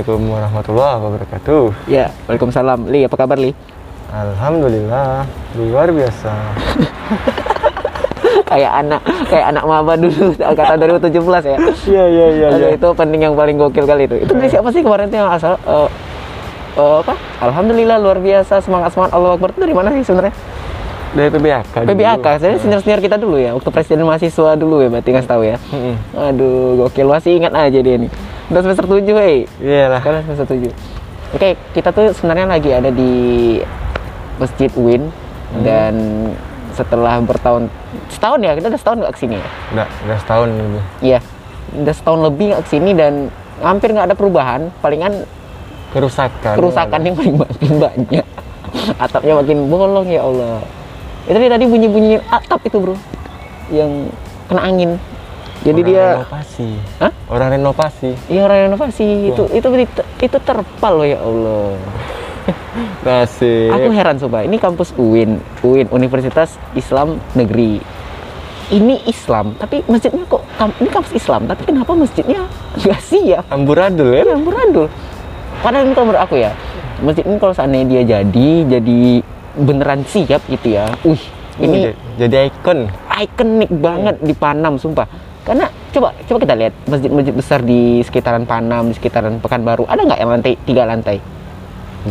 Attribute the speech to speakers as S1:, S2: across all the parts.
S1: Assalamualaikum warahmatullahi wabarakatuh.
S2: Ya, Waalaikumsalam. Li, apa kabar Li?
S1: Alhamdulillah luar biasa.
S2: kayak anak kayak anak maba dulu angkatan 2017 ya.
S1: Iya iya iya.
S2: Aduh,
S1: iya.
S2: itu opening yang paling gokil kali itu. Itu dari siapa sih kemarin tuh yang asal eh, eh, apa? Alhamdulillah luar biasa semangat semangat Allah Akbar itu dari mana sih sebenarnya?
S1: Dari PBAK. dulu.
S2: PBAK, sebenarnya senior-senior kita dulu ya, waktu presiden mahasiswa dulu ya berarti ngasih tahu ya.
S1: Mm-mm.
S2: Aduh, gokil masih ingat aja dia nih. Udah semester 7, hei.
S1: Iyalah.
S2: Kalian semester 7. Oke, kita tuh sebenarnya lagi ada di Masjid Win
S1: Hmm.
S2: dan setelah bertahun setahun ya, kita udah setahun nggak kesini ya?
S1: Udah udah setahun lebih.
S2: Iya, udah setahun lebih nggak kesini dan hampir nggak ada perubahan. Palingan
S1: Kerusakan.
S2: kerusakan yang paling makin banyak. Atapnya makin bolong ya Allah. Itu dia tadi bunyi-bunyi atap itu bro, yang kena angin. Jadi
S1: Orang
S2: dia,
S1: Renovasi.
S2: Hah?
S1: Orang renovasi.
S2: ya orang renovasi itu itu itu terpal loh ya Allah.
S1: Nasib.
S2: Aku heran sumpah, ini kampus UIN, UIN Universitas Islam Negeri. Ini Islam, tapi masjidnya kok kam- ini kampus Islam, tapi kenapa masjidnya nggak siap?
S1: Amburadul ya.
S2: Ini amburadul. Padahal ini kalau menurut aku ya, masjid ini kalau seandainya dia jadi, jadi beneran siap gitu ya. Wih, ini
S1: Jadi- jadi ikon.
S2: ikonik banget di Panam sumpah. Karena coba coba kita lihat masjid-masjid besar di sekitaran Panam, di sekitaran Pekanbaru, ada nggak yang lantai tiga lantai?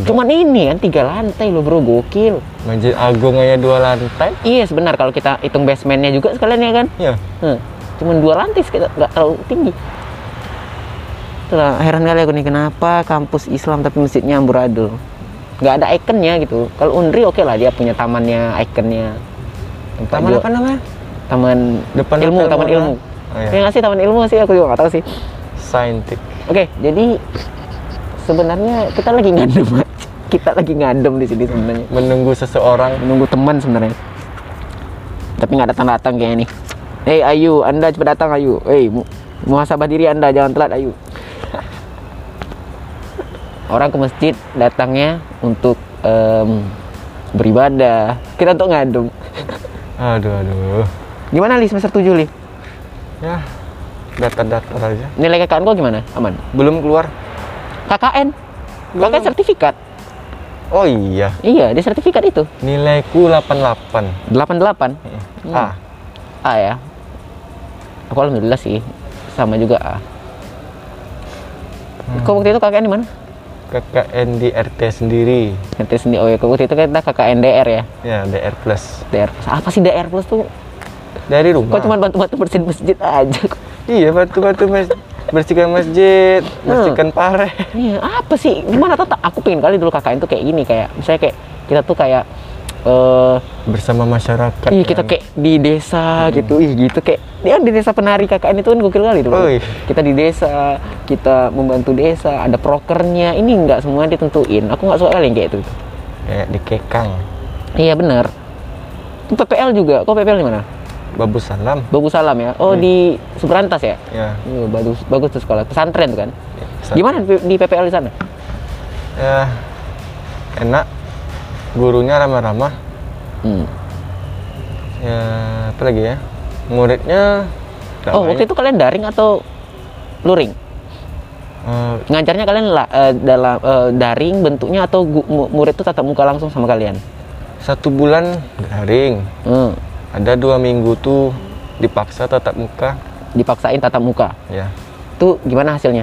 S2: Cuman ini kan tiga lantai loh bro, gokil.
S1: Masjid Agung aja dua lantai.
S2: Iya sebenar kalau kita hitung basementnya juga sekalian ya kan.
S1: Ya.
S2: Hmm. Cuman dua lantai kita nggak terlalu tinggi. Itulah heran kali aku nih kenapa kampus Islam tapi masjidnya amburadul. Nggak ada ikonnya gitu. Kalau Unri oke lah dia punya tamannya, ikonnya. Tempat
S1: Taman
S2: jual-
S1: apa namanya?
S2: Taman
S1: Depan
S2: ilmu,
S1: hotel
S2: taman
S1: mana?
S2: ilmu.
S1: Oh, iya.
S2: Ya nggak sih taman ilmu sih aku juga nggak tahu sih.
S1: Saintik.
S2: Oke, jadi sebenarnya kita lagi ngadem. aja. kita lagi ngadem di sini sebenarnya
S1: Menunggu seseorang.
S2: menunggu teman sebenarnya tapi nggak datang datang kayaknya nih Hei Ayu, Anda cepat datang Ayu. Hei, mu- muhasabah diri Anda jangan telat Ayu. Orang ke masjid datangnya untuk em, beribadah. Kita untuk ngadem.
S1: Aduh aduh.
S2: Gimana Li semester 7 Li?
S1: Ya. Datar-datar aja.
S2: Nilai KKN kau gimana? Aman.
S1: Belum keluar.
S2: KKN. KKN sertifikat.
S1: Oh iya.
S2: Iya, dia sertifikat itu.
S1: Nilaiku 88.
S2: 88.
S1: Hmm. Ah.
S2: A ya. Aku alhamdulillah sih sama juga A. Kau waktu itu KKN di mana?
S1: KKN di RT sendiri
S2: Nanti sendiri. Oh ya, kau waktu itu kita KKN DR ya.
S1: ya DR plus
S2: DR. Apa sih DR plus tuh?
S1: dari rumah
S2: Kau cuma bantu-bantu bersihin masjid aja. kok.
S1: iya batu batu mas bersihkan masjid
S2: Hmm.
S1: bersihkan pare
S2: Iya, apa sih? Gimana tuh? Aku pengen kali dulu KKN tuh kayak gini kayak misalnya kayak kita tuh kayak eh
S1: bersama masyarakat kan.
S2: ih Iya, kita kayak di desa gitu ih gitu kayak dia di desa penari KKN itu kan gokil kali dulu
S1: Oi.
S2: kita di desa kita membantu desa ada prokernya ini nggak semua ditentuin aku nggak suka kali yang kayak itu
S1: kayak Ya, di Kekang
S2: iya benar PPL juga kok PPL di mana
S1: Babu Salam
S2: Bagus Salam ya oh di Subrantas ya
S1: ya
S2: Oh, bagus bagus tuh sekolah pesantren tuh kan
S1: Pesantren.
S2: gimana di di PPL di sana
S1: ya enak gurunya ramah-ramah
S2: Hmm.
S1: ya apa lagi ya muridnya
S2: oh waktu itu kalian daring atau luring
S1: Eh,
S2: ngajarnya kalian la- eh, dalam eh, daring bentuknya atau gu- mu- murid tuh tatap muka langsung sama kalian
S1: satu bulan daring
S2: Hmm.
S1: ada dua minggu tuh dipaksa tatap muka
S2: dipaksain tatap muka.
S1: ya
S2: Itu gimana hasilnya?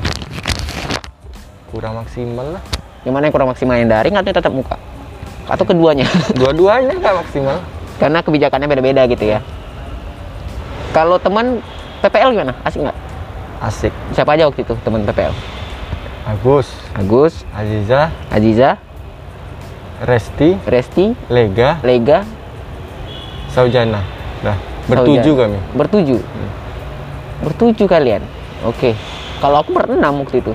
S1: kurang maksimal lah
S2: Yang mana yang kurang maksimal yang daring atau yang tatap muka? Atau keduanya?
S1: dua-duanya nggak maksimal
S2: Karena kebijakannya beda-beda gitu ya. Kalau teman PPL gimana? Asik nggak?
S1: asik
S2: Siapa aja waktu itu teman PPL?
S1: Agus
S2: Agus,
S1: Aziza
S2: Aziza,
S1: Resti
S2: Resti,
S1: Lega
S2: Lega,
S1: Saujana nah bertujuh
S2: Saujan.
S1: kami
S2: Bertujuh. Bertujuh kalian. Oke. Kalau aku berenam waktu itu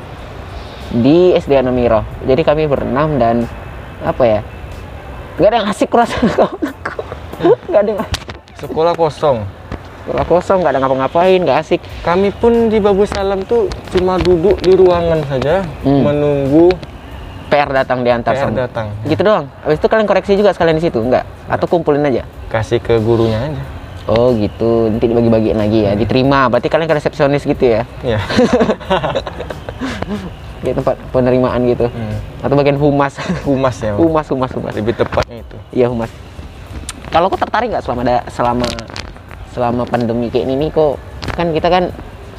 S2: di SD Anomiro. Jadi kami berenam dan apa ya? Gak ada yang asik kurasa kawan aku. Gak ada yang asik.
S1: sekolah kosong
S2: Sekolah kosong, gak ada ngapa-ngapain, gak asik.
S1: kami pun di Babu Salam tuh cuma duduk di ruangan saja
S2: Hmm.
S1: menunggu
S2: PR datang diantar
S1: PR
S2: sama.
S1: datang
S2: Gitu doang. Habis itu kalian koreksi juga sekalian di situ, enggak? Atau kumpulin aja.
S1: kasih ke gurunya aja
S2: Oh gitu, nanti ya? dibagi-bagiin lagi ya, diterima. Berarti kalian ke resepsionis gitu ya.
S1: ya
S2: kayak tempat penerimaan gitu
S1: Hmm.
S2: atau bagian humas
S1: Humas ya. Bang?
S2: humas humas humas
S1: Lebih tepatnya itu.
S2: iya humas kalau kau tertarik nggak selama ada selama selama pandemi kayak ini nih kok kan kita kan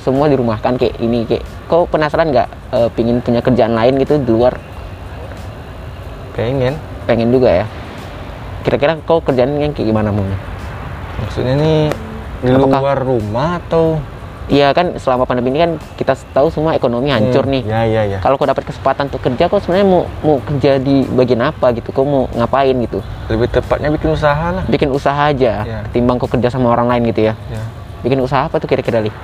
S2: semua dirumahkan kayak ini kayak kau penasaran nggak eh, pingin punya kerjaan lain gitu di luar
S1: Pengen.
S2: pengen juga ya kira-kira kau kerjaan yang kayak gimana mau
S1: Maksudnya nih di
S2: Apakah-
S1: luar rumah atau
S2: Iya kan selama pandemi ini kan kita tahu semua ekonomi hancur
S1: Hmm,
S2: nih.
S1: Ya ya ya.
S2: Kalau kau dapat kesempatan untuk kerja, kau sebenarnya mau mau kerja di bagian apa gitu? Kau mau ngapain gitu?
S1: Lebih tepatnya bikin usaha lah.
S2: Bikin usaha aja,
S1: Iya.
S2: ketimbang kau kerja sama orang lain gitu ya.
S1: Ya.
S2: Bikin usaha apa tuh kira-kira li?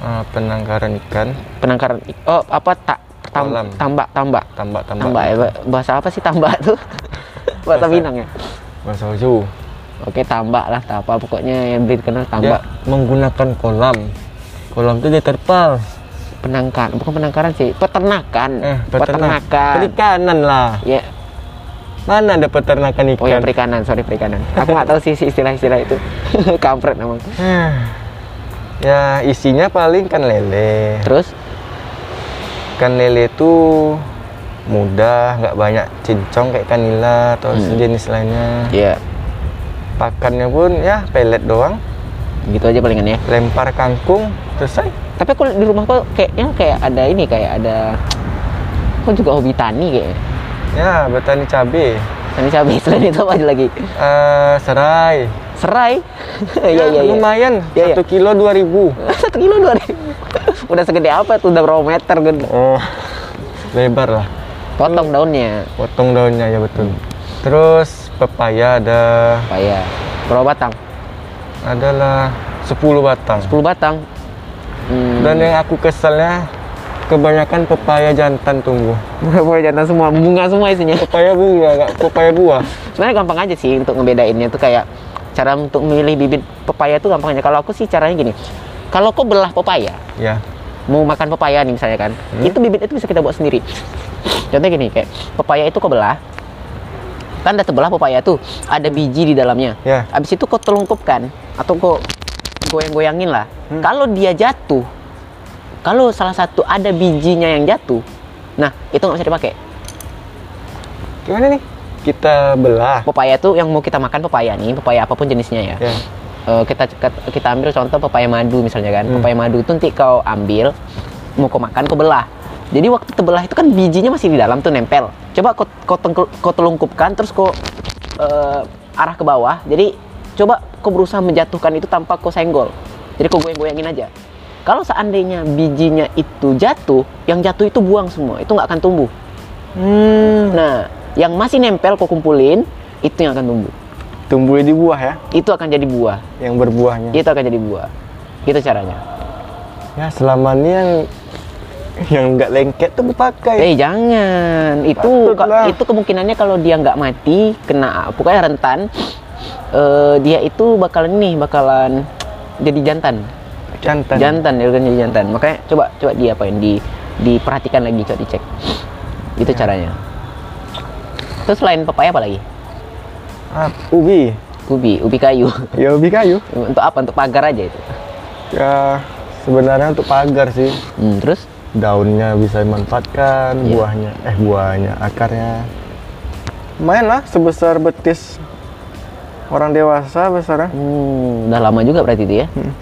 S1: Ah, penangkaran ikan,
S2: Penangkaran? Oh apa tak tam,
S1: Kolam.
S2: tambak tambak
S1: tambak tambak.
S2: tambak ya? Ba- bahasa apa sih tambak tuh? bahasa
S1: Bahasa-
S2: Minang ya.
S1: Bahasa Jawa.
S2: Oke tambak lah, tak apa pokoknya yang dikenal
S1: Dia
S2: tambak.
S1: menggunakan kolam. Kolam itu dia terpal.
S2: Penangkaran, bukan penangkaran sih, peternakan.
S1: Eh, peternak.
S2: Peternakan.
S1: Perikanan lah.
S2: Ya,
S1: Mana ada peternakan ikan?
S2: Oh ya perikanan, sorry perikanan. Aku nggak tahu sih si istilah-istilah itu. Kampret emang.
S1: Hah. Eh. ya isinya paling kan lele.
S2: Terus
S1: Ikan lele itu mudah, nggak banyak cincong kayak kanila atau
S2: Hmm.
S1: sejenis lainnya.
S2: ya
S1: Pakannya pun ya pelet doang,
S2: gitu aja palingan ya.
S1: lempar kangkung, selesai.
S2: Tapi aku di rumah kok kayaknya kayak ada ini kayak ada kok juga hobi tani kayaknya.
S1: Ya bertani cabe,
S2: Tani cabai selain itu apa aja lagi?
S1: Eh, serai.
S2: Serai.
S1: Eh,
S2: Iya iya iya.
S1: Lumayan,
S2: Ya, ya.
S1: satu kilo dua ribu.
S2: Satu kilo dua ribu. Udah segede apa tuh? Udah berapa meter? gede.
S1: Oh, lebar lah.
S2: Potong daunnya.
S1: Potong daunnya ya betul. Terus pepaya ada
S2: Apa ya? Berapa batang?
S1: adalah 10 batang.
S2: 10 batang. Hmm.
S1: Dan yang aku keselnya kebanyakan pepaya jantan tumbuh.
S2: Boleh jantan semua, bunga semua isinya.
S1: Pepaya bunga, nggak pepaya buah.
S2: sebenarnya gampang aja sih untuk ngebedainnya tuh kayak cara untuk memilih bibit pepaya tuh gampang aja kalau aku sih caranya gini kalau kau belah pepaya
S1: Ya,
S2: mau makan pepaya nih misalnya kan itu bibit itu bisa kita buat sendiri contohnya gini kayak pepaya itu kau belah kan udah terbelah pepaya tuh ada biji di dalamnya
S1: Ya.
S2: abis itu kau telungkupkan atau kau goyang-goyangin lah kalau dia jatuh kalau salah satu ada bijinya yang jatuh nah itu nggak bisa dipakai
S1: gimana nih? Kita belah.
S2: pepaya tuh yang mau kita makan pepaya nih pepaya apapun jenisnya ya
S1: Ya,
S2: Eh, kita kita ambil contoh pepaya madu misalnya kan
S1: Hmm.
S2: pepaya madu itu nanti kau ambil mau kau makan kau belah jadi waktu terbelah itu kan bijinya masih di dalam tuh nempel coba kau kau, tengkel- kau telungkupkan terus kau eh, arah ke bawah jadi coba kau berusaha menjatuhkan itu tanpa kau senggol jadi kau goyang-goyangin aja kalau seandainya bijinya itu jatuh yang jatuh itu buang semua itu nggak akan tumbuh nah yang masih nempel kau kumpulin itu yang akan tumbuh
S1: tumbuhnya di buah ya,
S2: itu akan jadi buah
S1: yang berbuahnya.
S2: itu akan jadi buah gitu caranya
S1: Ya, selama ini yang yang nggak lengket tuh dipakai.
S2: eh jangan itu
S1: Patut lah.
S2: itu kemungkinannya kalau dia nggak mati kena pokoknya rentan eh, dia itu bakalan nih bakalan jadi jantan
S1: Jantan.
S2: jantan dia akan jadi jantan makanya coba coba dia apain di diperhatikan lagi coba dicek itu caranya terus selain pepaya apa lagi
S1: Ah, ubi.
S2: ubi ubi kayu
S1: Ya ubi kayu.
S2: untuk apa untuk pagar aja itu
S1: Ya sebenarnya untuk pagar sih.
S2: Hmm, terus
S1: Daunnya bisa dimanfaatkan, buahnya eh buahnya, akarnya. Main lah sebesar betis orang dewasa besarnya.
S2: hmm, udah lama juga berarti itu ya Hmm.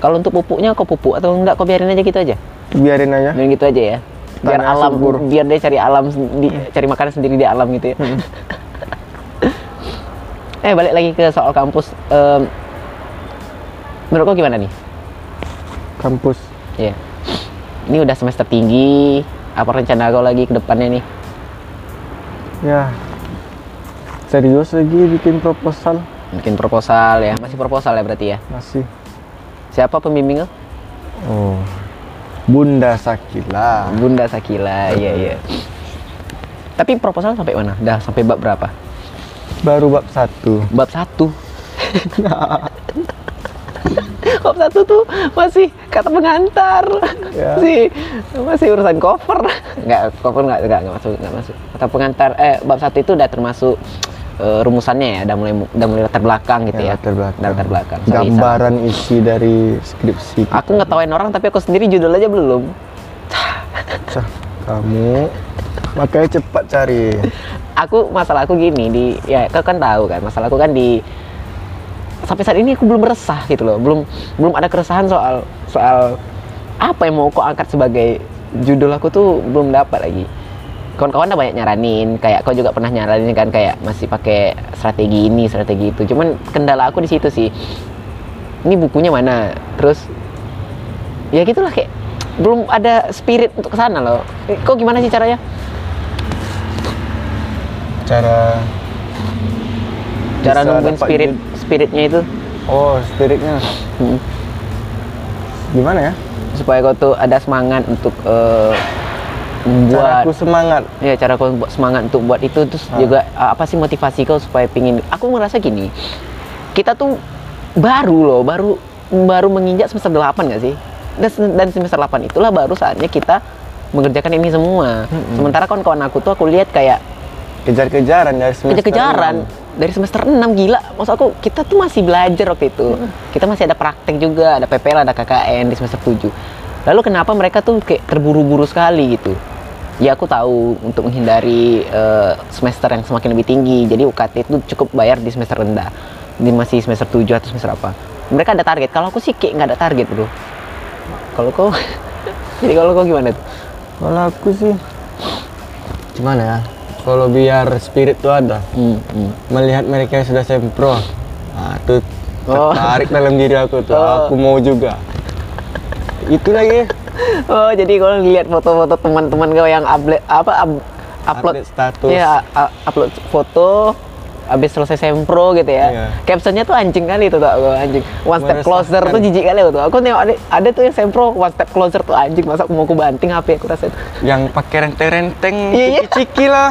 S2: kalau untuk pupuknya kau pupuk atau enggak kau biarin aja gitu aja
S1: Biarin aja.
S2: Dan gitu aja ya. Biar
S1: Tanah
S2: alam,
S1: subur. Hmm.
S2: biar dia cari alam, sendi- cari makanan sendiri di alam gitu ya. eh balik lagi ke soal kampus. Em, menurut kau gimana nih?
S1: Kampus.
S2: Ya. Ini udah semester tinggi. Apa rencana kau lagi ke depannya nih?
S1: Ya. Serius lagi bikin proposal
S2: Bikin proposal ya. Masih proposal ya berarti ya.
S1: masih.
S2: Siapa pembimbing kau?
S1: Oh. Bunda Sakila.
S2: Bunda Sakila. Iya iya. Tapi proposal sampai mana? Dah sampai bab berapa?
S1: Baru bab satu.
S2: bab satu bab satu tuh masih kata pengantar
S1: Ya.
S2: masih masih urusan cover nggak cover nggak nggak nggak masuk nggak masuk kata pengantar eh bab satu itu udah termasuk eh, rumusannya ya udah mulai udah mulai latar belakang gitu ya,
S1: Iya, latar belakang.
S2: Latar belakang. Sorry, salah.
S1: Gambaran isi dari skripsi.
S2: aku ngetawain orang tapi aku sendiri judul aja belum
S1: Sah, kamu makanya cepat cari.
S2: aku masalah aku gini di ya kau kan tahu kan masalah aku kan di sampai saat ini aku belum resah gitu loh belum belum ada keresahan soal soal apa yang mau kau angkat sebagai judul aku tuh belum dapat lagi kawan-kawan udah banyak nyaranin kayak kau juga pernah nyaranin kan kayak masih pakai strategi ini strategi itu cuman kendala aku di situ sih ini bukunya mana terus ya gitulah kayak belum ada spirit untuk kesana loh Eh, kau gimana sih caranya
S1: Cara Bisa
S2: cara nungguin
S1: dapat
S2: spirit
S1: jud-
S2: spiritnya itu
S1: Oh, spiritnya
S2: Hmm.
S1: gimana ya?
S2: supaya kau tuh ada semangat untuk eh,
S1: Cara
S2: membuat
S1: aku semangat.
S2: ya cara kau buat semangat untuk buat itu terus
S1: Ah.
S2: juga eh, apa sih motivasi kau supaya pingin aku merasa gini kita tuh baru loh baru baru menginjak semester 8 gak sih dan, se- dan semester 8 itulah baru saatnya kita mengerjakan ini semua sementara kawan-kawan aku tuh aku lihat kayak
S1: Kejar-kejaran dari semester
S2: kejar-kejaran
S1: enam.
S2: dari semester 6 gila maksud aku kita tuh masih belajar waktu itu kita masih ada praktek juga ada PPL ada KKN di semester 7 lalu kenapa mereka tuh kayak terburu-buru sekali gitu ya aku tahu untuk menghindari eh, semester yang semakin lebih tinggi jadi UKT itu cukup bayar di semester rendah di masih semester 7 atau semester apa mereka ada target kalau aku sih kayak nggak ada target bro kalau kau jadi kalau kau gimana tuh
S1: Kalau aku sih gimana ya? Kalau biar spirit tuh ada,
S2: Hmm, hmm.
S1: melihat mereka yang sudah sempro, nah, itu
S2: Oh.
S1: tertarik dalam diri aku tuh.
S2: Oh.
S1: Aku mau juga. Itu lagi
S2: Oh, jadi kalau lihat foto-foto teman-teman kau yang upload apa up- upload
S1: Update status.
S2: Iya, a- upload foto habis selesai sempro gitu ya.
S1: Iya.
S2: Captionnya tuh anjing kali itu tuh gua, anjing. One
S1: Meresahkan.
S2: step closer tuh jijik kali tuh. Aku nengok ada, ada tuh yang sempro one step closer tuh anjing masa aku mau aku banting HP aku rasanya.
S1: yang pakai renteng-renteng
S2: Iya, iya.
S1: ciki-ciki lah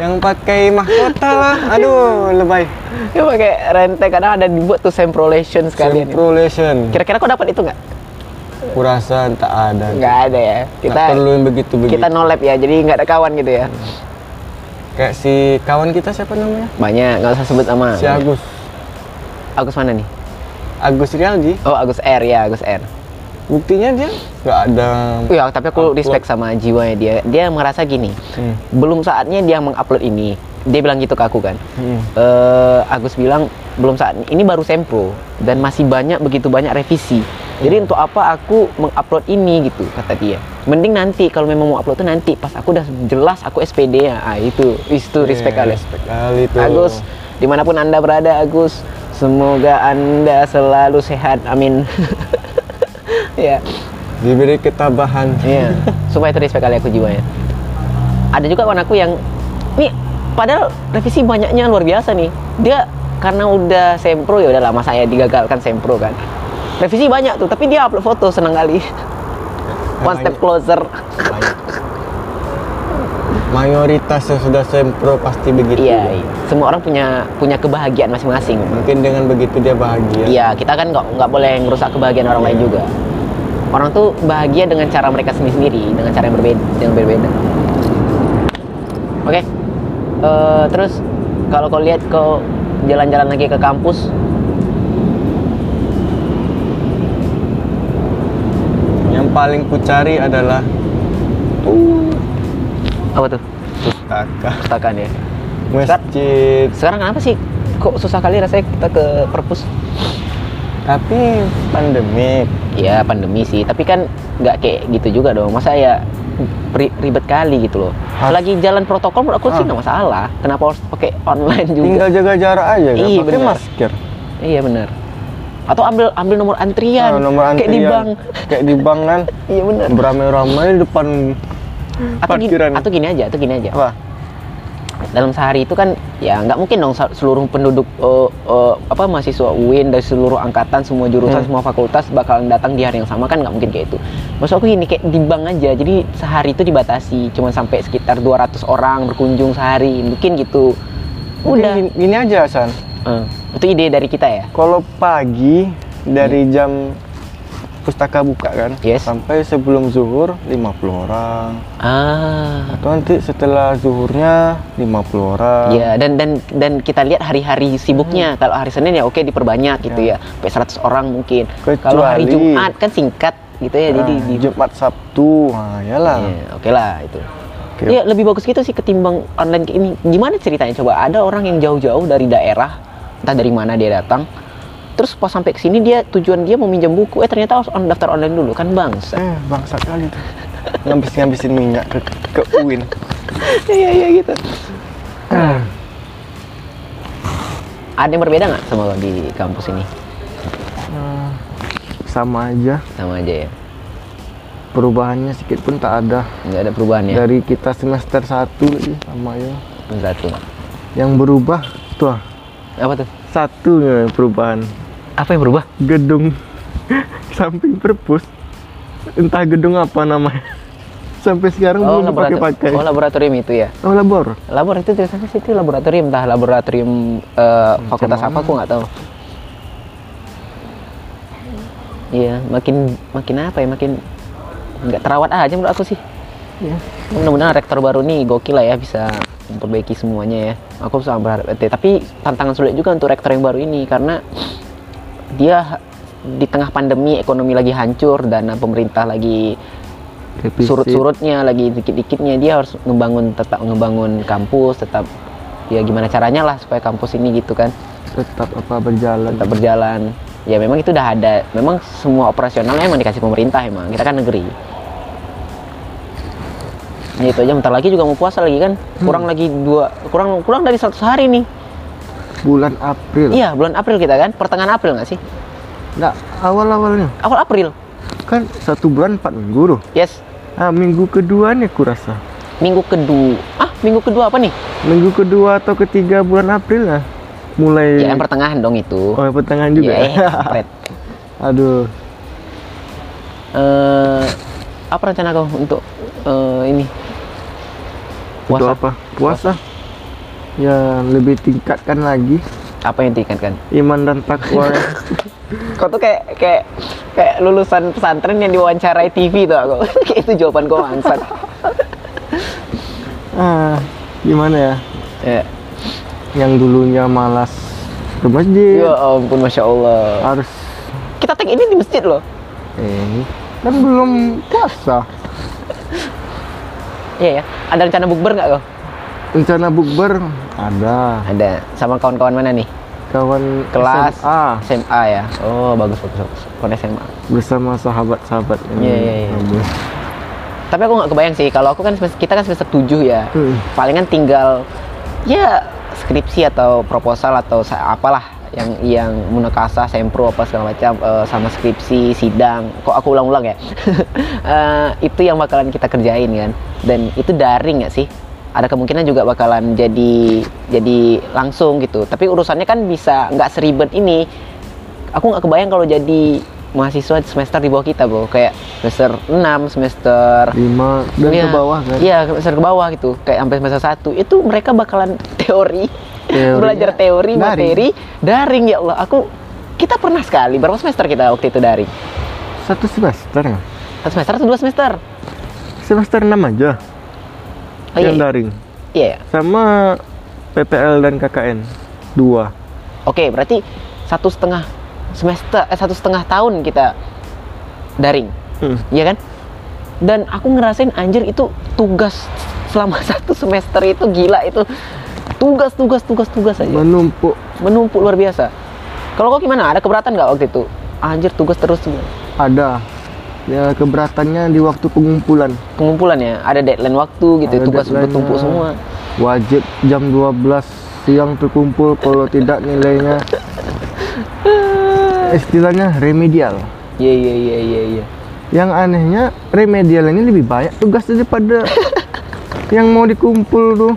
S1: yang pakai mahkota lah aduh lebay
S2: Dia pakai renteng kadang ada dibuat tuh semprolation sekalian. itu.
S1: Semprolation
S2: ya. Kira-kira kau dapat itu nggak?
S1: kurasa tak ada
S2: Nggak ada ya. Kita
S1: Nggak perlu yang begitu-begitu
S2: kita no lab ya, jadi nggak ada kawan gitu ya.
S1: kayak si kawan kita siapa namanya
S2: Banyak, nggak usah sebut nama.
S1: si Agus
S2: Agus mana nih?
S1: Agus Rialdi
S2: Oh, Agus R ya, Agus R.
S1: buktinya dia nggak ada
S2: Iya, tapi aku
S1: Upload.
S2: respect sama jiwanya dia. Dia merasa gini,
S1: Hmm.
S2: belum saatnya dia mengupload ini. Dia bilang gitu ke aku kan.
S1: Hmm.
S2: Eh, Agus bilang belum saat ini baru sempro dan masih banyak begitu banyak revisi.
S1: Hmm.
S2: Jadi untuk apa aku mengupload ini gitu kata dia. Mending nanti kalau memang mau upload tuh nanti pas aku udah jelas aku SPD ya. Ah, itu itu respect
S1: Iya,
S2: kali.
S1: respect kali tuh
S2: Agus, dimanapun anda berada Agus, semoga anda selalu sehat. Amin. ya.
S1: diberi ketabahan
S2: Iya. Supaya terrespect kali aku jiwanya. Ada juga kawan aku yang nih padahal revisi banyaknya luar biasa nih. Dia karena udah sempro ya udah lama saya digagalkan sempro kan. Revisi banyak tuh, tapi dia upload foto seneng kali. One
S1: Emang-
S2: step closer.
S1: Banyak. mayoritas yang sudah sempro pasti begitu
S2: Iya, iya. semua orang punya punya kebahagiaan masing-masing.
S1: mungkin dengan begitu dia bahagia
S2: Iya, kita kan nggak nggak boleh merusak kebahagiaan orang lain juga. Orang tuh bahagia dengan cara mereka sendiri-sendiri, dengan cara yang berbeda, yang berbeda. Oke, Eh, terus kalau kau lihat kau jalan-jalan lagi ke kampus,
S1: yang paling ku cari adalah
S2: apa tuh?
S1: pustaka
S2: Pustaka ya.
S1: masjid
S2: Sekarang kenapa sih kok susah kali rasanya kita ke perpus?
S1: tapi pandemi
S2: Ya pandemi sih, tapi kan nggak kayak gitu juga dong. Masa ya ri- ribet kali gitu loh.
S1: Hah?
S2: Lagi jalan protokol menurut aku
S1: Ah.
S2: sih nggak masalah. Kenapa harus pakai online juga?
S1: tinggal jaga jarak aja kan
S2: Iya,
S1: pakai
S2: bener.
S1: masker
S2: Iya benar. Atau ambil ambil nomor
S1: Ah,
S2: antrian.
S1: nomor
S2: Iya, Kayak di
S1: antrian.
S2: bank.
S1: kayak di bank kan
S2: Iya benar.
S1: beramai-ramai depan
S2: Atau gini,
S1: parkiran
S2: atau gini aja, atau gini aja.
S1: apa
S2: Dalam sehari itu kan ya nggak mungkin dong sa- seluruh penduduk eh, eh, apa mahasiswa UIN dari seluruh angkatan, semua jurusan,
S1: Hmm.
S2: semua fakultas bakalan datang di hari yang sama kan nggak mungkin kayak itu. Maksud aku gini kayak di bank aja. Jadi sehari itu dibatasi cuma sampai sekitar 200 orang berkunjung sehari, mungkin gitu.
S1: Mungkin
S2: Udah.
S1: gini, gini aja San
S2: Eh, itu ide dari kita ya.
S1: kalau pagi dari jam pustaka buka kan
S2: Hmm. Yes.
S1: sampai sebelum zuhur 50 orang
S2: Ah.
S1: atau nanti setelah zuhurnya 50 orang
S2: Ya, dan dan dan kita lihat hari-hari sibuknya.
S1: Hmm.
S2: ya. Kalau hari Senin ya oke diperbanyak gitu ya. Sampai 100 orang mungkin. Kalau hari
S1: Kecuali-
S2: Jumat kan singkat. gitu ya jadi
S1: Ah,
S2: di
S1: Jumat Sabtu nah, iyalah
S2: Iya, oke lah itu
S1: Oke.
S2: Iya, lebih bagus gitu sih ketimbang online kayak ini gimana ceritanya coba ada orang yang jauh-jauh dari daerah entah dari mana dia datang terus pas sampai ke sini dia tujuan dia mau minjem buku eh ternyata harus on daftar online dulu kan bangsa
S1: eh bangsa kali tuh ngabis ngabisin minyak ke ke Uin
S2: iya iya gitu
S1: Hmm.
S2: ada yang berbeda nggak sama lo di kampus ini
S1: sama aja
S2: sama aja ya
S1: perubahannya sedikit pun tak ada
S2: nggak ada perubahan ya
S1: dari kita semester 1 lagi sama ya
S2: satu
S1: yang berubah tuh ah,
S2: apa tuh
S1: satu ya perubahan
S2: apa yang berubah
S1: gedung samping perpus entah gedung apa namanya sampai sekarang belum dipakai pakai
S2: oh laboratorium itu ya
S1: oh labor
S2: labor itu tulisannya sih itu laboratorium entah laboratorium eh, fakultas apa aku nggak tahu iya makin makin apa ya makin nggak terawat aja menurut aku sih
S1: ya.
S2: mudah-mudahan rektor baru nih gokil lah ya bisa memperbaiki semuanya ya aku sangat berharap eh, tapi tantangan sulit juga untuk rektor yang baru ini karena dia di tengah pandemi ekonomi lagi hancur dana pemerintah lagi
S1: Defisit.
S2: surut-surutnya lagi dikit-dikitnya dia harus ngebangun tetap ngebangun kampus tetap ya gimana caranya lah supaya kampus ini gitu kan
S1: tetap apa berjalan
S2: tetap berjalan ya memang itu udah ada memang semua operasionalnya emang dikasih pemerintah emang kita kan negeri ya itu aja bentar lagi juga mau puasa lagi kan
S1: Hmm.
S2: kurang lagi dua kurang kurang dari 100 hari nih
S1: bulan April
S2: iya bulan April kita kan pertengahan April nggak sih
S1: Nggak, awal-awalnya
S2: awal April
S1: kan satu bulan empat minggu loh
S2: yes
S1: ah minggu kedua nih kurasa
S2: minggu kedua ah minggu kedua apa nih
S1: minggu kedua atau ketiga bulan April lah mulai
S2: ya kan pertengahan dong itu
S1: Iya. oh pertengahan juga
S2: Ya, eh,
S1: ya?
S2: kampret.
S1: aduh
S2: eh apa rencana kau untuk eh, ini
S1: Itu
S2: puasa
S1: apa puasa ya lebih tingkatkan lagi
S2: apa yang diingatkan
S1: iman dan takwa
S2: kau tuh kayak kayak kayak lulusan pesantren yang diwawancarai TV tuh aku kayak itu jawaban kau bangsat
S1: ah gimana ya
S2: ya
S1: yang dulunya malas ke masjid
S2: ya ampun masya Allah
S1: harus
S2: kita tag ini di masjid loh
S1: eh kan belum puasa
S2: iya ya ada rencana bukber nggak kau
S1: rencana bukber ada
S2: ada sama kawan-kawan mana nih
S1: kawan
S2: kelas
S1: SMA
S2: SMA ya oh bagus bagus bagus kawan SMA
S1: bersama sahabat-sahabat ini
S2: Iya, iya, iya.
S1: Bagus.
S2: tapi aku nggak kebayang sih kalau aku kan semester, kita kan semester 7 ya
S1: Hmm.
S2: palingan tinggal ya skripsi atau proposal atau sa- apalah yang yang munakasa sempro apa segala macam eh, sama skripsi sidang kok aku ulang-ulang ya Eh, itu yang bakalan kita kerjain kan dan itu daring nggak sih ada kemungkinan juga bakalan jadi jadi langsung gitu tapi urusannya kan bisa nggak seribet ini aku nggak kebayang kalau jadi mahasiswa semester di bawah kita bro kayak semester 6, semester
S1: lima dan
S2: Iya.
S1: ke bawah kan
S2: iya semester ke bawah gitu kayak sampai semester 1 itu mereka bakalan teori
S1: Teorinya
S2: belajar
S1: daring.
S2: teori materi daring ya Allah aku kita pernah sekali berapa semester kita waktu itu daring
S1: satu semester ya?
S2: satu semester atau dua semester
S1: semester enam aja
S2: Oh, iya,
S1: yang
S2: iya.
S1: daring
S2: iya ya
S1: sama PPL dan KKN dua
S2: oke berarti satu setengah semester eh, satu setengah tahun kita daring
S1: Hmm.
S2: Iya kan? Dan aku ngerasain anjir itu tugas selama satu semester itu gila itu tugas tugas tugas tugas aja
S1: menumpuk
S2: menumpuk luar biasa. Kalau kau gimana? Ada keberatan nggak waktu itu? Anjir tugas terus
S1: ada ya keberatannya di waktu pengumpulan
S2: pengumpulan ya, ada deadline waktu gitu,
S1: Ada
S2: tugas
S1: deadline-nya.
S2: bertumpuk semua.
S1: wajib jam 12 siang terkumpul kalau tidak nilainya istilahnya remedial
S2: Iya iya iya iya iya.
S1: yang anehnya remedial ini lebih banyak tugas daripada yang mau dikumpul tuh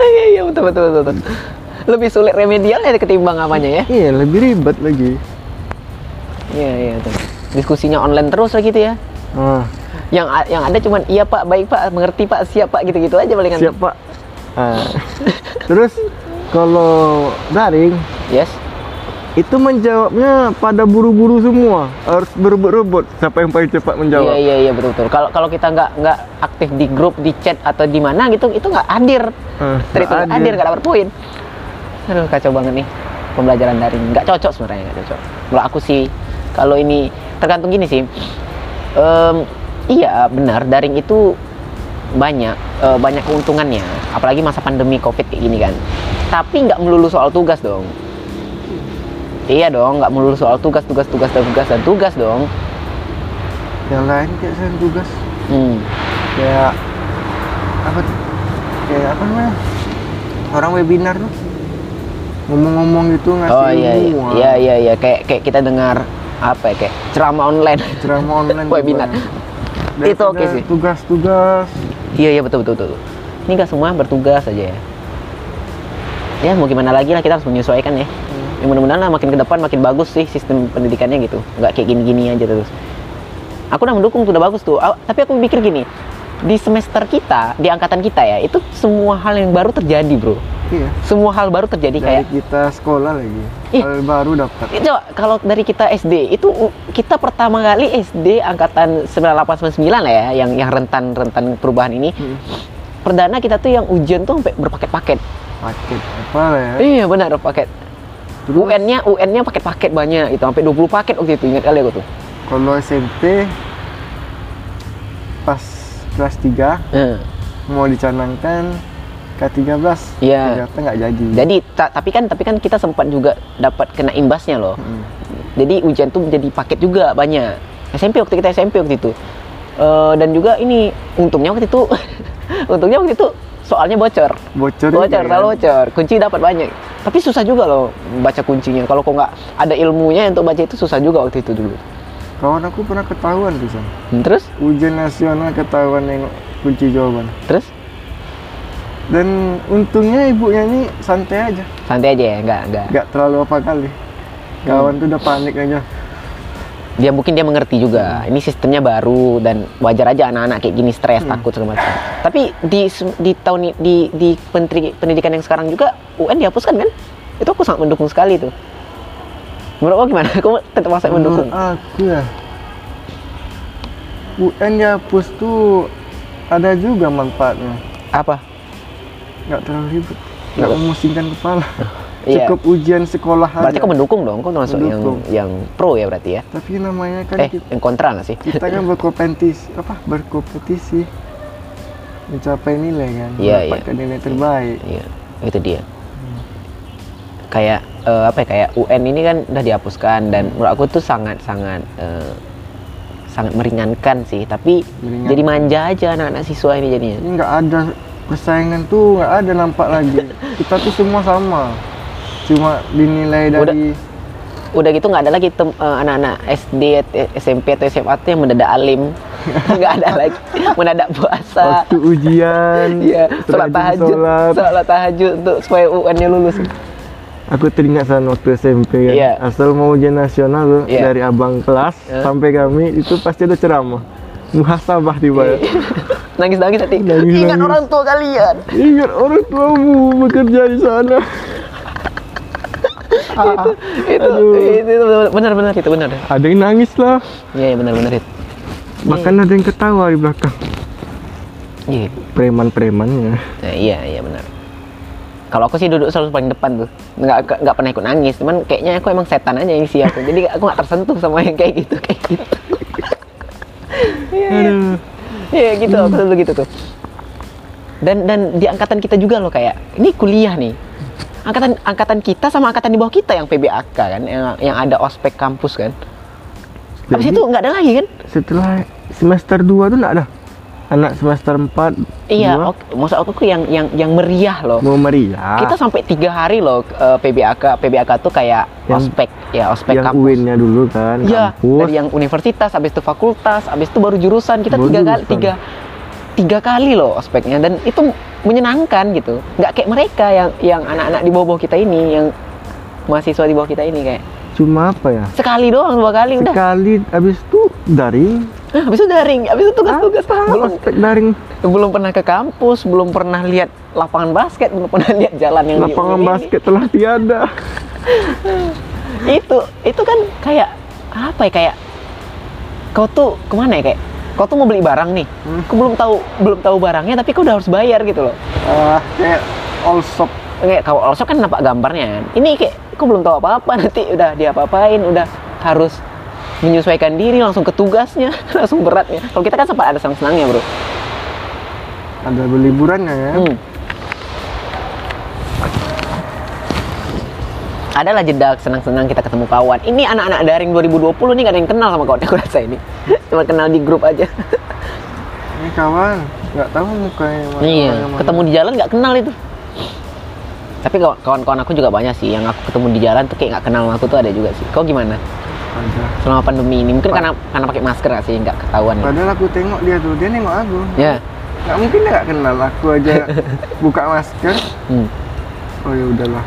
S2: Iya iya betul betul betul. betul. Lebih sulit remedialnya ketimbang apanya ya?
S1: iya lebih ribet lagi
S2: Iya iya betul. Diskusinya online terus lah gitu ya.
S1: ah,
S2: Yang a- yang ada cuman iya Pak, baik Pak, mengerti Pak, siap Pak gitu-gitu aja palingan.
S1: siap pak Ah. terus kalau daring
S2: Yes.
S1: itu menjawabnya pada buru-buru semua harus berebut-rebut siapa yang paling cepat menjawab
S2: Iya iya iya betul betul. Kalau kalau kita nggak nggak aktif di grup, di chat atau di mana gitu, itu nggak hadir.
S1: Eh,
S2: Dari itu Ah, nggak hadir nggak dapat poin. Aduh kacau banget nih pembelajaran daring. Nggak cocok sebenarnya nggak cocok. Kalau aku sih kalau ini tergantung gini sih Em, iya benar daring itu banyak eh, banyak keuntungannya apalagi masa pandemi covid kayak gini kan tapi nggak melulu soal tugas dong iya dong nggak melulu soal tugas tugas tugas dan tugas dan tugas dong
S1: yang lain kayak saya tugas
S2: hmm.
S1: kayak apa tuh? kayak apa namanya orang webinar tuh ngomong-ngomong gitu ngasih
S2: oh iya iya.
S1: ilmu ah.
S2: iya iya iya kayak kayak kita dengar apa ya kayak ceramah online
S1: ceramah online
S2: Webinar.
S1: juga.
S2: Itu oke
S1: Daripada
S2: sih.
S1: tugas-tugas
S2: Iya iya betul betul betul. Ini nggak semua bertugas aja ya. Ya mau gimana lagi lah kita harus menyesuaikan ya. Ya mudah-mudahan lah makin ke depan makin bagus sih sistem pendidikannya gitu. Nggak kayak gini-gini aja terus. Aku udah mendukung tuh udah bagus tuh. Ah, Tapi aku pikir gini, di semester kita, di angkatan kita ya, itu semua hal yang baru terjadi bro.
S1: iya
S2: Semua hal baru terjadi
S1: dari
S2: kayak
S1: kita sekolah lagi
S2: Ih.
S1: hal baru dapat
S2: Coba kalau dari kita SD itu u- kita pertama kali SD angkatan 98 99 lah ya yang yang rentan-rentan perubahan ini.
S1: Hmm.
S2: Perdana kita tuh yang ujian tuh sampai berpaket-paket.
S1: paket apa lah ya
S2: Iya benar paket.
S1: Terus?
S2: UN-nya UN-nya paket-paket banyak itu sampai 20 paket waktu itu ingat kali aku tuh.
S1: kalau SMP pas kelas 3
S2: Heeh.
S1: mau dicanangkan K13
S2: Iya.
S1: ternyata nggak jadi
S2: Jadi ta- tapi kan tapi kan kita sempat juga dapat kena imbasnya loh.
S1: Mm.
S2: Jadi ujian tuh menjadi paket juga banyak. SMP waktu kita SMP waktu itu. Eh, dan juga ini untungnya waktu itu untungnya waktu itu soalnya bocor.
S1: bocor juga
S2: bocor
S1: kan?
S2: kalau bocor kunci dapat banyak tapi susah juga loh baca kuncinya kalau kok nggak ada ilmunya untuk baca itu susah juga waktu itu dulu
S1: kawan aku pernah ketahuan tuh Sam.
S2: Hmm, terus
S1: ujian nasional ketahuan nengok kunci jawaban
S2: terus
S1: dan untungnya ibunya ini santai aja
S2: santai aja ya nggak nggak
S1: nggak terlalu apa kali kawan tuh udah panik aja
S2: dia mungkin dia mengerti juga ini sistemnya baru dan wajar aja anak-anak kayak gini stres
S1: Hmm.
S2: takut segala macam tapi di se- di tahun i- di di Menteri pendidikan yang sekarang juga UN dihapuskan kan itu aku sangat mendukung sekali tuh menurut kamu gimana kamu tetap masa mendukung
S1: Menurut aku ya UN dihapus tuh ada juga manfaatnya
S2: apa
S1: nggak terlalu ribet nggak memusingkan kepala
S2: Iya.
S1: cukup ujian sekolah
S2: berarti
S1: aja
S2: kamu mendukung dong kamu termasuk yang
S1: Mendukung.
S2: yang pro ya berarti ya
S1: tapi namanya kan
S2: eh
S1: kita,
S2: yang kontra nggak sih
S1: kita kan berkompetisi apa berkompetisi mencapai nilai kan
S2: Iya, iya.
S1: mendapatkan nilai terbaik
S2: Iya, itu dia. Kayak eh, apa ya? Kayak UN ini kan udah dihapuskan dan menurut aku tuh sangat-sangat eh, sangat meringankan sih. Tapi
S1: Meringankan.
S2: jadi manja aja anak-anak siswa ini jadinya.
S1: ini nggak ada persaingan tuh nggak ada nampak lagi kita tuh semua sama cuma dinilai
S2: Udah.
S1: dari
S2: Udah gitu nggak ada lagi tem- eh, anak-anak SD, eh, SMP atau SMA tuh yang mendadak alim, nggak ada lagi mendadak puasa.
S1: waktu ujian
S2: Iya,
S1: rajin
S2: sholat tahajud,
S1: sholat.
S2: sholat tahajud untuk supaya UN-nya lulus.
S1: aku teringat saat waktu SMP kan
S2: Iya.
S1: asal mau ujian nasional tuh
S2: Iya.
S1: dari abang kelas
S2: Iya.
S1: sampai kami itu pasti ada ceramah muhasabah di bawah
S2: Iya. Nangis-nangis hati.
S1: Nangis-nangis.
S2: Ingat orang tua kalian.
S1: ingat orang tuamu bekerja di sana Ah,
S2: itu
S1: Aduh.
S2: itu, itu benar-benar itu benar
S1: ada yang nangis lah
S2: iya iya, benar-benar itu
S1: bahkan ada yang ketawa di belakang
S2: iya
S1: preman-premannya
S2: Nah, iya iya benar kalau aku sih duduk selalu paling depan tuh nggak nggak pernah ikut nangis cuman kayaknya aku emang setan aja yang isi aku jadi aku nggak tersentuh sama yang kayak gitu kayak gitu iya iya.
S1: Aduh.
S2: iya gitu aku selalu gitu tuh dan dan di angkatan kita juga loh kayak ini kuliah nih angkatan angkatan kita sama angkatan di bawah kita yang PBAK kan yang, yang ada ospek kampus kan habis
S1: Jadi-
S2: itu nggak ada lagi kan
S1: setelah semester 2 tuh nggak ada anak semester 4
S2: Iya, ok- maksud aku tuh yang yang yang meriah loh.
S1: mau ya? meriah
S2: Kita sampai tiga hari loh eh, PBAK. PBAK tuh kayak
S1: Yang-
S2: ospek, ya ospek
S1: yang
S2: kampus.
S1: UIN-nya dulu kan
S2: Iya,
S1: kampus
S2: dari yang universitas, habis itu fakultas, habis itu baru jurusan. Kita
S1: Baru
S2: tiga kali
S1: jurusan.
S2: tiga tiga kali loh ospeknya dan itu menyenangkan gitu. Nggak kayak mereka yang yang anak-anak di bawah-bawah kita ini, yang mahasiswa di bawah kita ini kayak
S1: cuma apa ya
S2: sekali doang dua kali udah.
S1: sekali habis itu daring
S2: Hah, Habis itu daring, habis itu tugas-tugas
S1: Apa?
S2: belum
S1: ospek daring
S2: belum pernah ke kampus, belum pernah lihat lapangan basket, belum pernah lihat jalan yang di-
S1: lapangan
S2: ini.
S1: basket telah tiada
S2: itu itu kan kayak apa ya kayak kau tuh kemana ya kayak kau tuh mau beli barang nih
S1: Hmm.
S2: kau belum tahu belum tahu barangnya tapi kau udah harus bayar gitu loh
S1: Ah, kayak all shop
S2: kayak kau also kan nampak gambarnya kan ini kayak kau belum tahu apa apa nanti udah dia apa apain udah harus menyesuaikan diri langsung ke tugasnya langsung beratnya kalau kita kan sempat ada senang senangnya bro
S1: Ada berliburannya ya.
S2: Hmm. Adalah jeda senang-senang kita ketemu kawan. Ini anak-anak daring 2020 nih gak ada yang kenal sama kawan aku rasa ini. Cuma kenal di grup aja.
S1: Ini kawan, nggak tahu mukanya mana.
S2: Hmm. iya,
S1: orangnya mana.
S2: ketemu di jalan gak kenal itu. Tapi kawan- kawan-kawan aku juga banyak sih yang aku ketemu di jalan tuh kayak gak kenal sama aku tuh ada juga sih. Kau gimana?
S1: Ada.
S2: Selama pandemi ini mungkin karena karena pakai masker gak sih nggak ketahuan. ya?
S1: Padahal aku tengok dia tuh, dia nengok aku.
S2: Ya.
S1: Nggak mungkin dia nggak kenal aku aja buka masker.
S2: Hmm.
S1: Oh ya udahlah.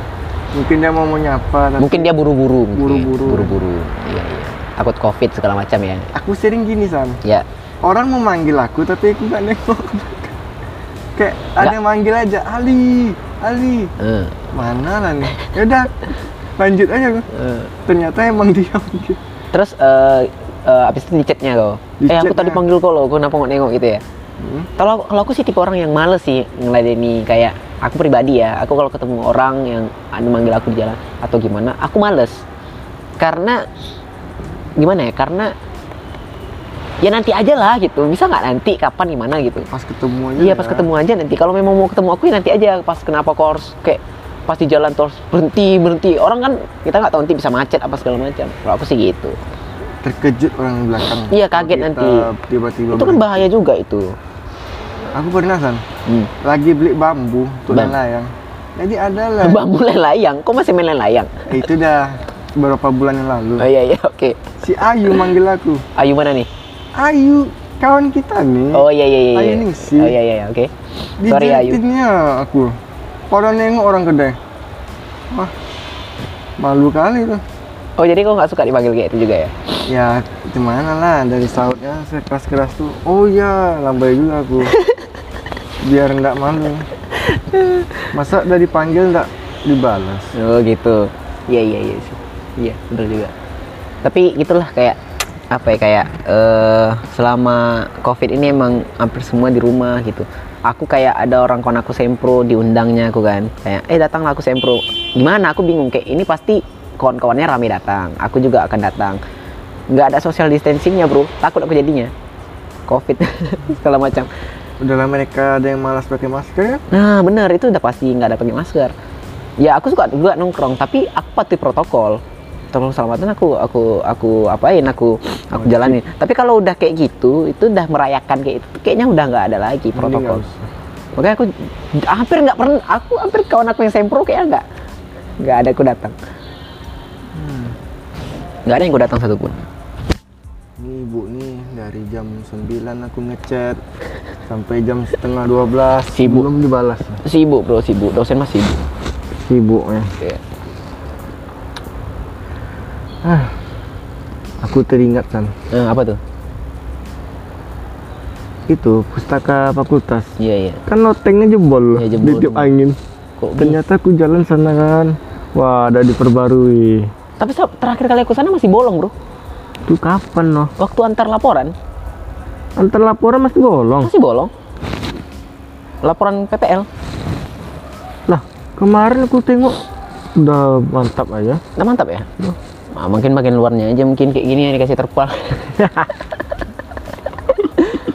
S1: Mungkin dia mau menyapa. Tapi
S2: Mungkin dia buru-buru mungkin.
S1: Buru-buru.
S2: Buru-buru. Iya, iya. Takut Covid segala macam ya.
S1: Aku sering gini sam.
S2: Ya.
S1: Orang mau manggil aku tapi aku nggak nengok. Kayak ada
S2: Nggak.
S1: yang manggil aja Ali, Ali.
S2: Eh.
S1: Mana lah nih? Yaudah, lanjut aja. aku.
S2: Eh.
S1: Ternyata emang dia manggil.
S2: Terus eh eh, abis itu di chatnya kau.
S1: Di
S2: eh aku
S1: chatnya.
S2: tadi panggil kau loh, kau kenapa nggak nengok gitu ya?
S1: Hmm.
S2: Kalau kalau aku sih tipe orang yang males sih ngeladeni kayak aku pribadi ya. Aku kalau ketemu orang yang ada manggil aku di jalan atau gimana, aku males. Karena gimana ya? Karena ya nanti aja lah gitu. Bisa nggak nanti kapan gimana gitu.
S1: Pas ketemu aja. ya.
S2: Iya pas ketemu aja nanti. Kalau memang mau ketemu aku ya nanti aja. Pas kenapa kau harus kayak pas di jalan terus berhenti berhenti. Orang kan kita nggak tahu nanti bisa macet apa segala macam. Kalau aku sih gitu.
S1: Terkejut orang di belakang.
S2: Iya, kaget
S1: Kita
S2: nanti.
S1: Tiba-tiba.
S2: itu kan
S1: ber-
S2: bahaya juga itu
S1: Aku pernah san.
S2: hmm.
S1: lagi beli bambu tuh
S2: Bam-
S1: layang jadi ada lah
S2: bambu layang kok masih main layang
S1: Eh, itu dah beberapa bulan yang lalu
S2: oh iya iya oke
S1: si Ayu manggil aku
S2: ayu mana nih
S1: Ayu kawan kita nih
S2: oh iya iya iya
S1: Ayu
S2: iya.
S1: Ningsih.
S2: oh iya iya iya, oke sorry ayu
S1: dijilatinnya aku orang nengok orang kedai wah malu kali tuh
S2: oh jadi kau nggak suka dipanggil kayak itu juga ya
S1: ya gimana lah dari sautnya sekeras-keras tuh oh iya lambai juga aku biar nggak malu masa udah dipanggil nggak dibalas
S2: oh gitu iya iya iya sih iya bener juga tapi gitulah kayak apa ya kayak eh selama covid ini emang hampir semua di rumah gitu aku kayak ada orang kon aku sempro diundangnya aku kan kayak eh datanglah aku sempro gimana aku bingung kayak ini pasti kawan-kawannya rame datang aku juga akan datang nggak ada social distancingnya bro takut aku jadinya covid segala macam
S1: udahlah mereka ada yang malas pakai masker ya
S2: Nah bener itu udah pasti nggak ada pakai masker. Ya aku suka juga nongkrong tapi aku patuhi protokol. Protokol keselamatan aku aku aku apain aku aku jalanin. Tapi kalau udah kayak gitu itu udah merayakan kayak itu kayaknya udah nggak ada lagi
S1: Mending nggak
S2: protokol.
S1: usah.
S2: Makanya aku hampir nggak pernah aku hampir kawan aku yang sempro kayaknya nggak nggak ada aku datang. Hmm. Nggak ada yang aku datang satupun.
S1: Ini ibu nih dari jam 9 aku ngechat sampai jam setengah 12
S2: Sibuk.
S1: belum dibalas.
S2: Sibuk bro sibuk dosen masih sibuk.
S1: Sibuknya.
S2: Iya.
S1: Ah, Aku teringat kan
S2: Eh, apa tuh?
S1: itu pustaka fakultas.
S2: Iya iya.
S1: Kan lotengnya jebol,
S2: Iya, jebol.
S1: ditiup angin.
S2: Kok
S1: Ternyata aku jalan sana kan. Wah, ada diperbarui.
S2: Tapi sa- terakhir kali aku sana masih bolong bro.
S1: Itu kapan loh?
S2: Waktu antar laporan
S1: Antar laporan masih bolong.
S2: Oh. Masih bolong. Laporan PPL.
S1: Lah, kemarin aku tengok udah mantap aja.
S2: Udah mantap ya? Nah, mungkin bagian luarnya aja mungkin kayak gini yang dikasih terpal.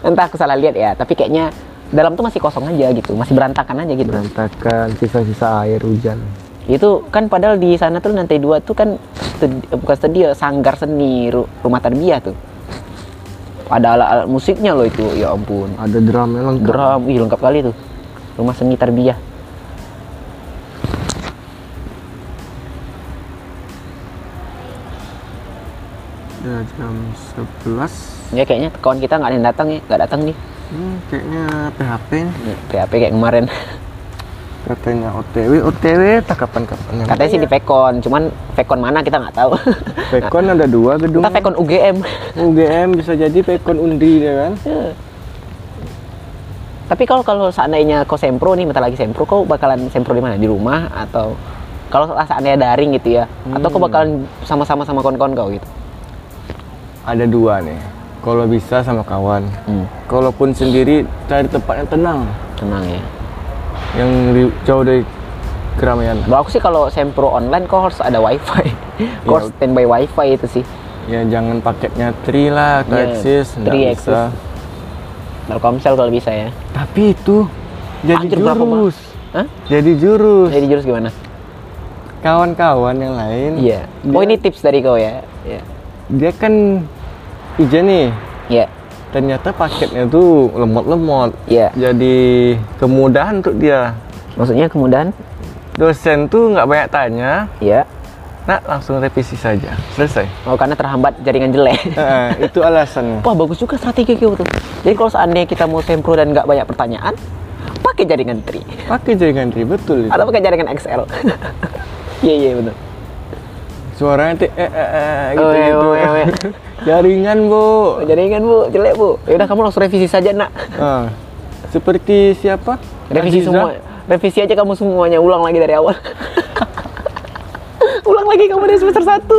S2: Entah aku salah lihat ya, tapi kayaknya dalam tuh masih kosong aja gitu, masih berantakan aja gitu.
S1: Berantakan sisa-sisa air hujan.
S2: Itu kan padahal di sana tuh lantai dua tuh kan studi- eh, bukan studio, sanggar seni, ru- rumah tarbiyah tuh. Ada alat-alat musiknya loh itu, ya ampun.
S1: Ada drumnya lengkap.
S2: Geram, ih lengkap kali tuh. Rumah seni tarbiyah.
S1: Udah jam 11
S2: Ya kayaknya kawan kita nggak ada yang datang ya, nggak datang nih.
S1: Hmm, kayaknya PHP nih.
S2: PHP kayak kemarin.
S1: katanya OTW, OTW tak kapan-kapan yang
S2: Katanya sih di Pekon, cuman Pekon mana kita nggak tahu.
S1: Pekon ada dua gedung.
S2: Kita Pekon UGM.
S1: UGM bisa jadi Pekon Undri ya kan?
S2: Tapi kalau kalau seandainya kau sempro nih, bentar lagi sempro, kau bakalan sempro di mana? Di rumah atau kalau seandainya daring gitu ya? Atau kau bakalan sama-sama sama kawan-kawan kau gitu?
S1: Ada dua nih. Kalau bisa sama kawan.
S2: Hmm,
S1: Kalaupun sendiri cari tempat yang tenang,
S2: tenang ya.
S1: yang di- jauh dari keramaian.
S2: Iya. Kalau aku sih kalau sempro online, kau harus ada wifi. kau harus standby wifi itu sih.
S1: ya jangan paketnya tri lah atau
S2: Iya,
S1: eksis nggak
S2: Tri,
S1: bisa
S2: Axis. Telkomsel kalau bisa ya.
S1: tapi itu jadi
S2: Anjir, berapa, Bang?
S1: jurus
S2: Hah?
S1: jadi jurus
S2: Jadi jurus gimana?
S1: kawan-kawan yang lain
S2: Iya. Oh ini tips dari kau ya? Iya.
S1: dia kan ijen nih
S2: Iya.
S1: ternyata paketnya tuh lemot-lemot
S2: Iya.
S1: jadi kemudahan untuk dia
S2: Maksudnya kemudian?
S1: dosen tuh nggak banyak tanya
S2: Iya.
S1: nah langsung revisi saja selesai
S2: Oh karena terhambat jaringan jelek.
S1: Eh, itu alasannya
S2: Wah bagus juga strategi kayak gitu. Jadi kalau seandainya kita mau sempro dan nggak banyak pertanyaan, pakai jaringan tri
S1: pakai jaringan tri betul itu.
S2: atau pakai jaringan XL. Iya iya benar.
S1: suaranya tuh eh, eh, eh, gitu,
S2: Oh, iya,
S1: gitu.
S2: oh, iya, oh, iya.
S1: jaringan bu
S2: Oh, Jaringan bu jelek bu. Ya udah kamu langsung revisi saja nak.
S1: Ah, seperti siapa
S2: Revisi
S1: Aziza?
S2: semua. Revisi aja kamu semuanya ulang lagi dari awal. ulang lagi kamu dari semester 1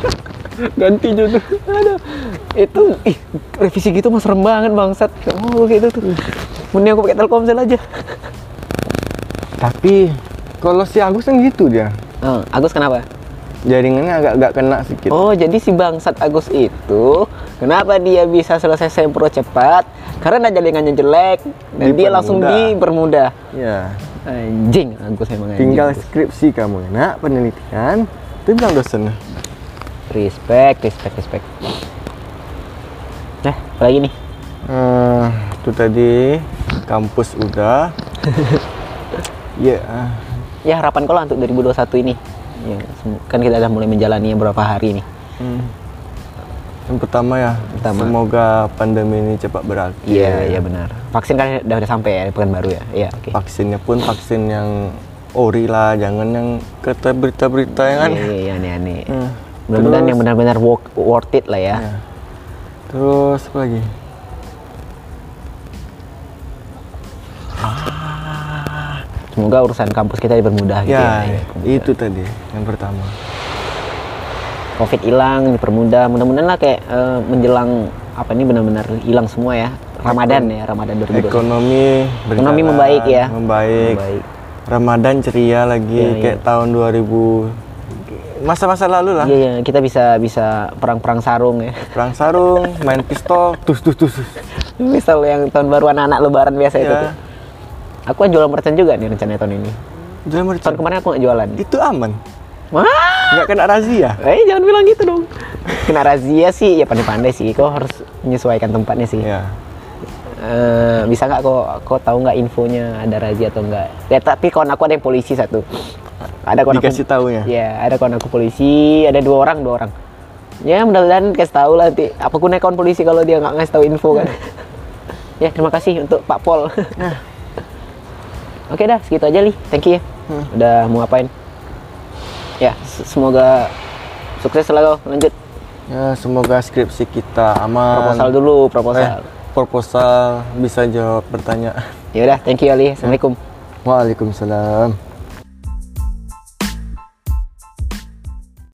S1: ganti judul
S2: Aduh, itu ih, revisi gitu mas serem banget bangsat. Oh gitu tuh. Mending aku pakai Telkomsel aja.
S1: tapi kalau si Agus kan gitu dia
S2: Eh, Agus kenapa?
S1: jaringannya agak agak kena sedikit
S2: Oh, jadi si bangsat Agus itu kenapa dia bisa selesai sempro cepat? Karena jaringannya jelek dan dia
S1: Dipermudah.
S2: langsung dipermudah.
S1: ya
S2: Anjing, Agus emang anjing.
S1: tinggal
S2: Agus.
S1: skripsi kamu nak penelitian itu bilang dosen
S2: respect, respect, respect. Nah, apa lagi nih?
S1: Eh, itu tadi kampus udah ya ah,
S2: Ya harapan kau lah untuk 2021 ini. Ya, sem- kan kita udah mulai menjalani beberapa hari nih.
S1: hmm. yang pertama ya
S2: Pertama.
S1: semoga pandemi ini cepat berakhir
S2: Iya, iya benar. Vaksin kan udah, udah sampai ya di Pekanbaru ya. Iya, oke.
S1: vaksinnya pun vaksin yang ori lah jangan yang kata berita-berita ya yang
S2: Iya,
S1: aneh
S2: iya, iya, aneh-aneh.
S1: kan? Hmm.
S2: Mudah-mudahan
S1: Terus-
S2: yang benar-benar work- worth it lah ya.
S1: Ya. Terus apa lagi?
S2: Semoga urusan kampus kita dipermudah gitu
S1: Ya,
S2: ya.
S1: itu tadi yang pertama.
S2: Covid hilang, dipermudah. Mudah-mudahan lah kayak eh, menjelang apa ini benar-benar hilang semua ya. Ramadan ya, Ramadan 2020.
S1: Ekonomi
S2: Ekonomi
S1: berjalan,
S2: membaik ya.
S1: Membaik.
S2: Baik.
S1: Ramadan ceria lagi
S2: Ya,
S1: kayak tahun 2000 masa-masa lalu lah.
S2: Iya, iya, kita bisa bisa perang-perang sarung ya.
S1: Perang sarung, main pistol, tus tus tus. tus.
S2: Misal yang tahun baru anak-anak lebaran biasa itu
S1: Ya.
S2: tuh. Aku kan jualan merchant juga nih rencananya tahun ini.
S1: Jual mercon.
S2: Tahun kemarin aku nggak jualan.
S1: Itu aman.
S2: Wah,
S1: Nggak kena razia.
S2: eh jangan bilang gitu dong. Kena razia sih, ya pandai-pandai sih. Kau harus menyesuaikan tempatnya sih.
S1: Ya.
S2: Eh, bisa nggak kok kok tahu nggak infonya ada razia atau enggak ya tapi kawan aku ada yang polisi satu ada kawan
S1: Dikasih
S2: aku
S1: tahunya.
S2: ya ada kawan aku polisi ada dua orang dua orang ya mudah-mudahan kasih tahu lah nanti apa gunanya kawan polisi kalau dia nggak ngasih tahu info kan ya terima kasih untuk Pak Pol
S1: Nah.
S2: oke dah segitu aja li thank you ya
S1: Hmm.
S2: udah mau ngapain ya se- semoga sukses lah kau lanjut
S1: Ya, semoga skripsi kita aman.
S2: proposal
S1: Eh,
S2: dulu proposal
S1: proposal bisa jawab pertanyaan.
S2: ya udah thank you Ali ya, assalamualaikum
S1: Waalaikumsalam.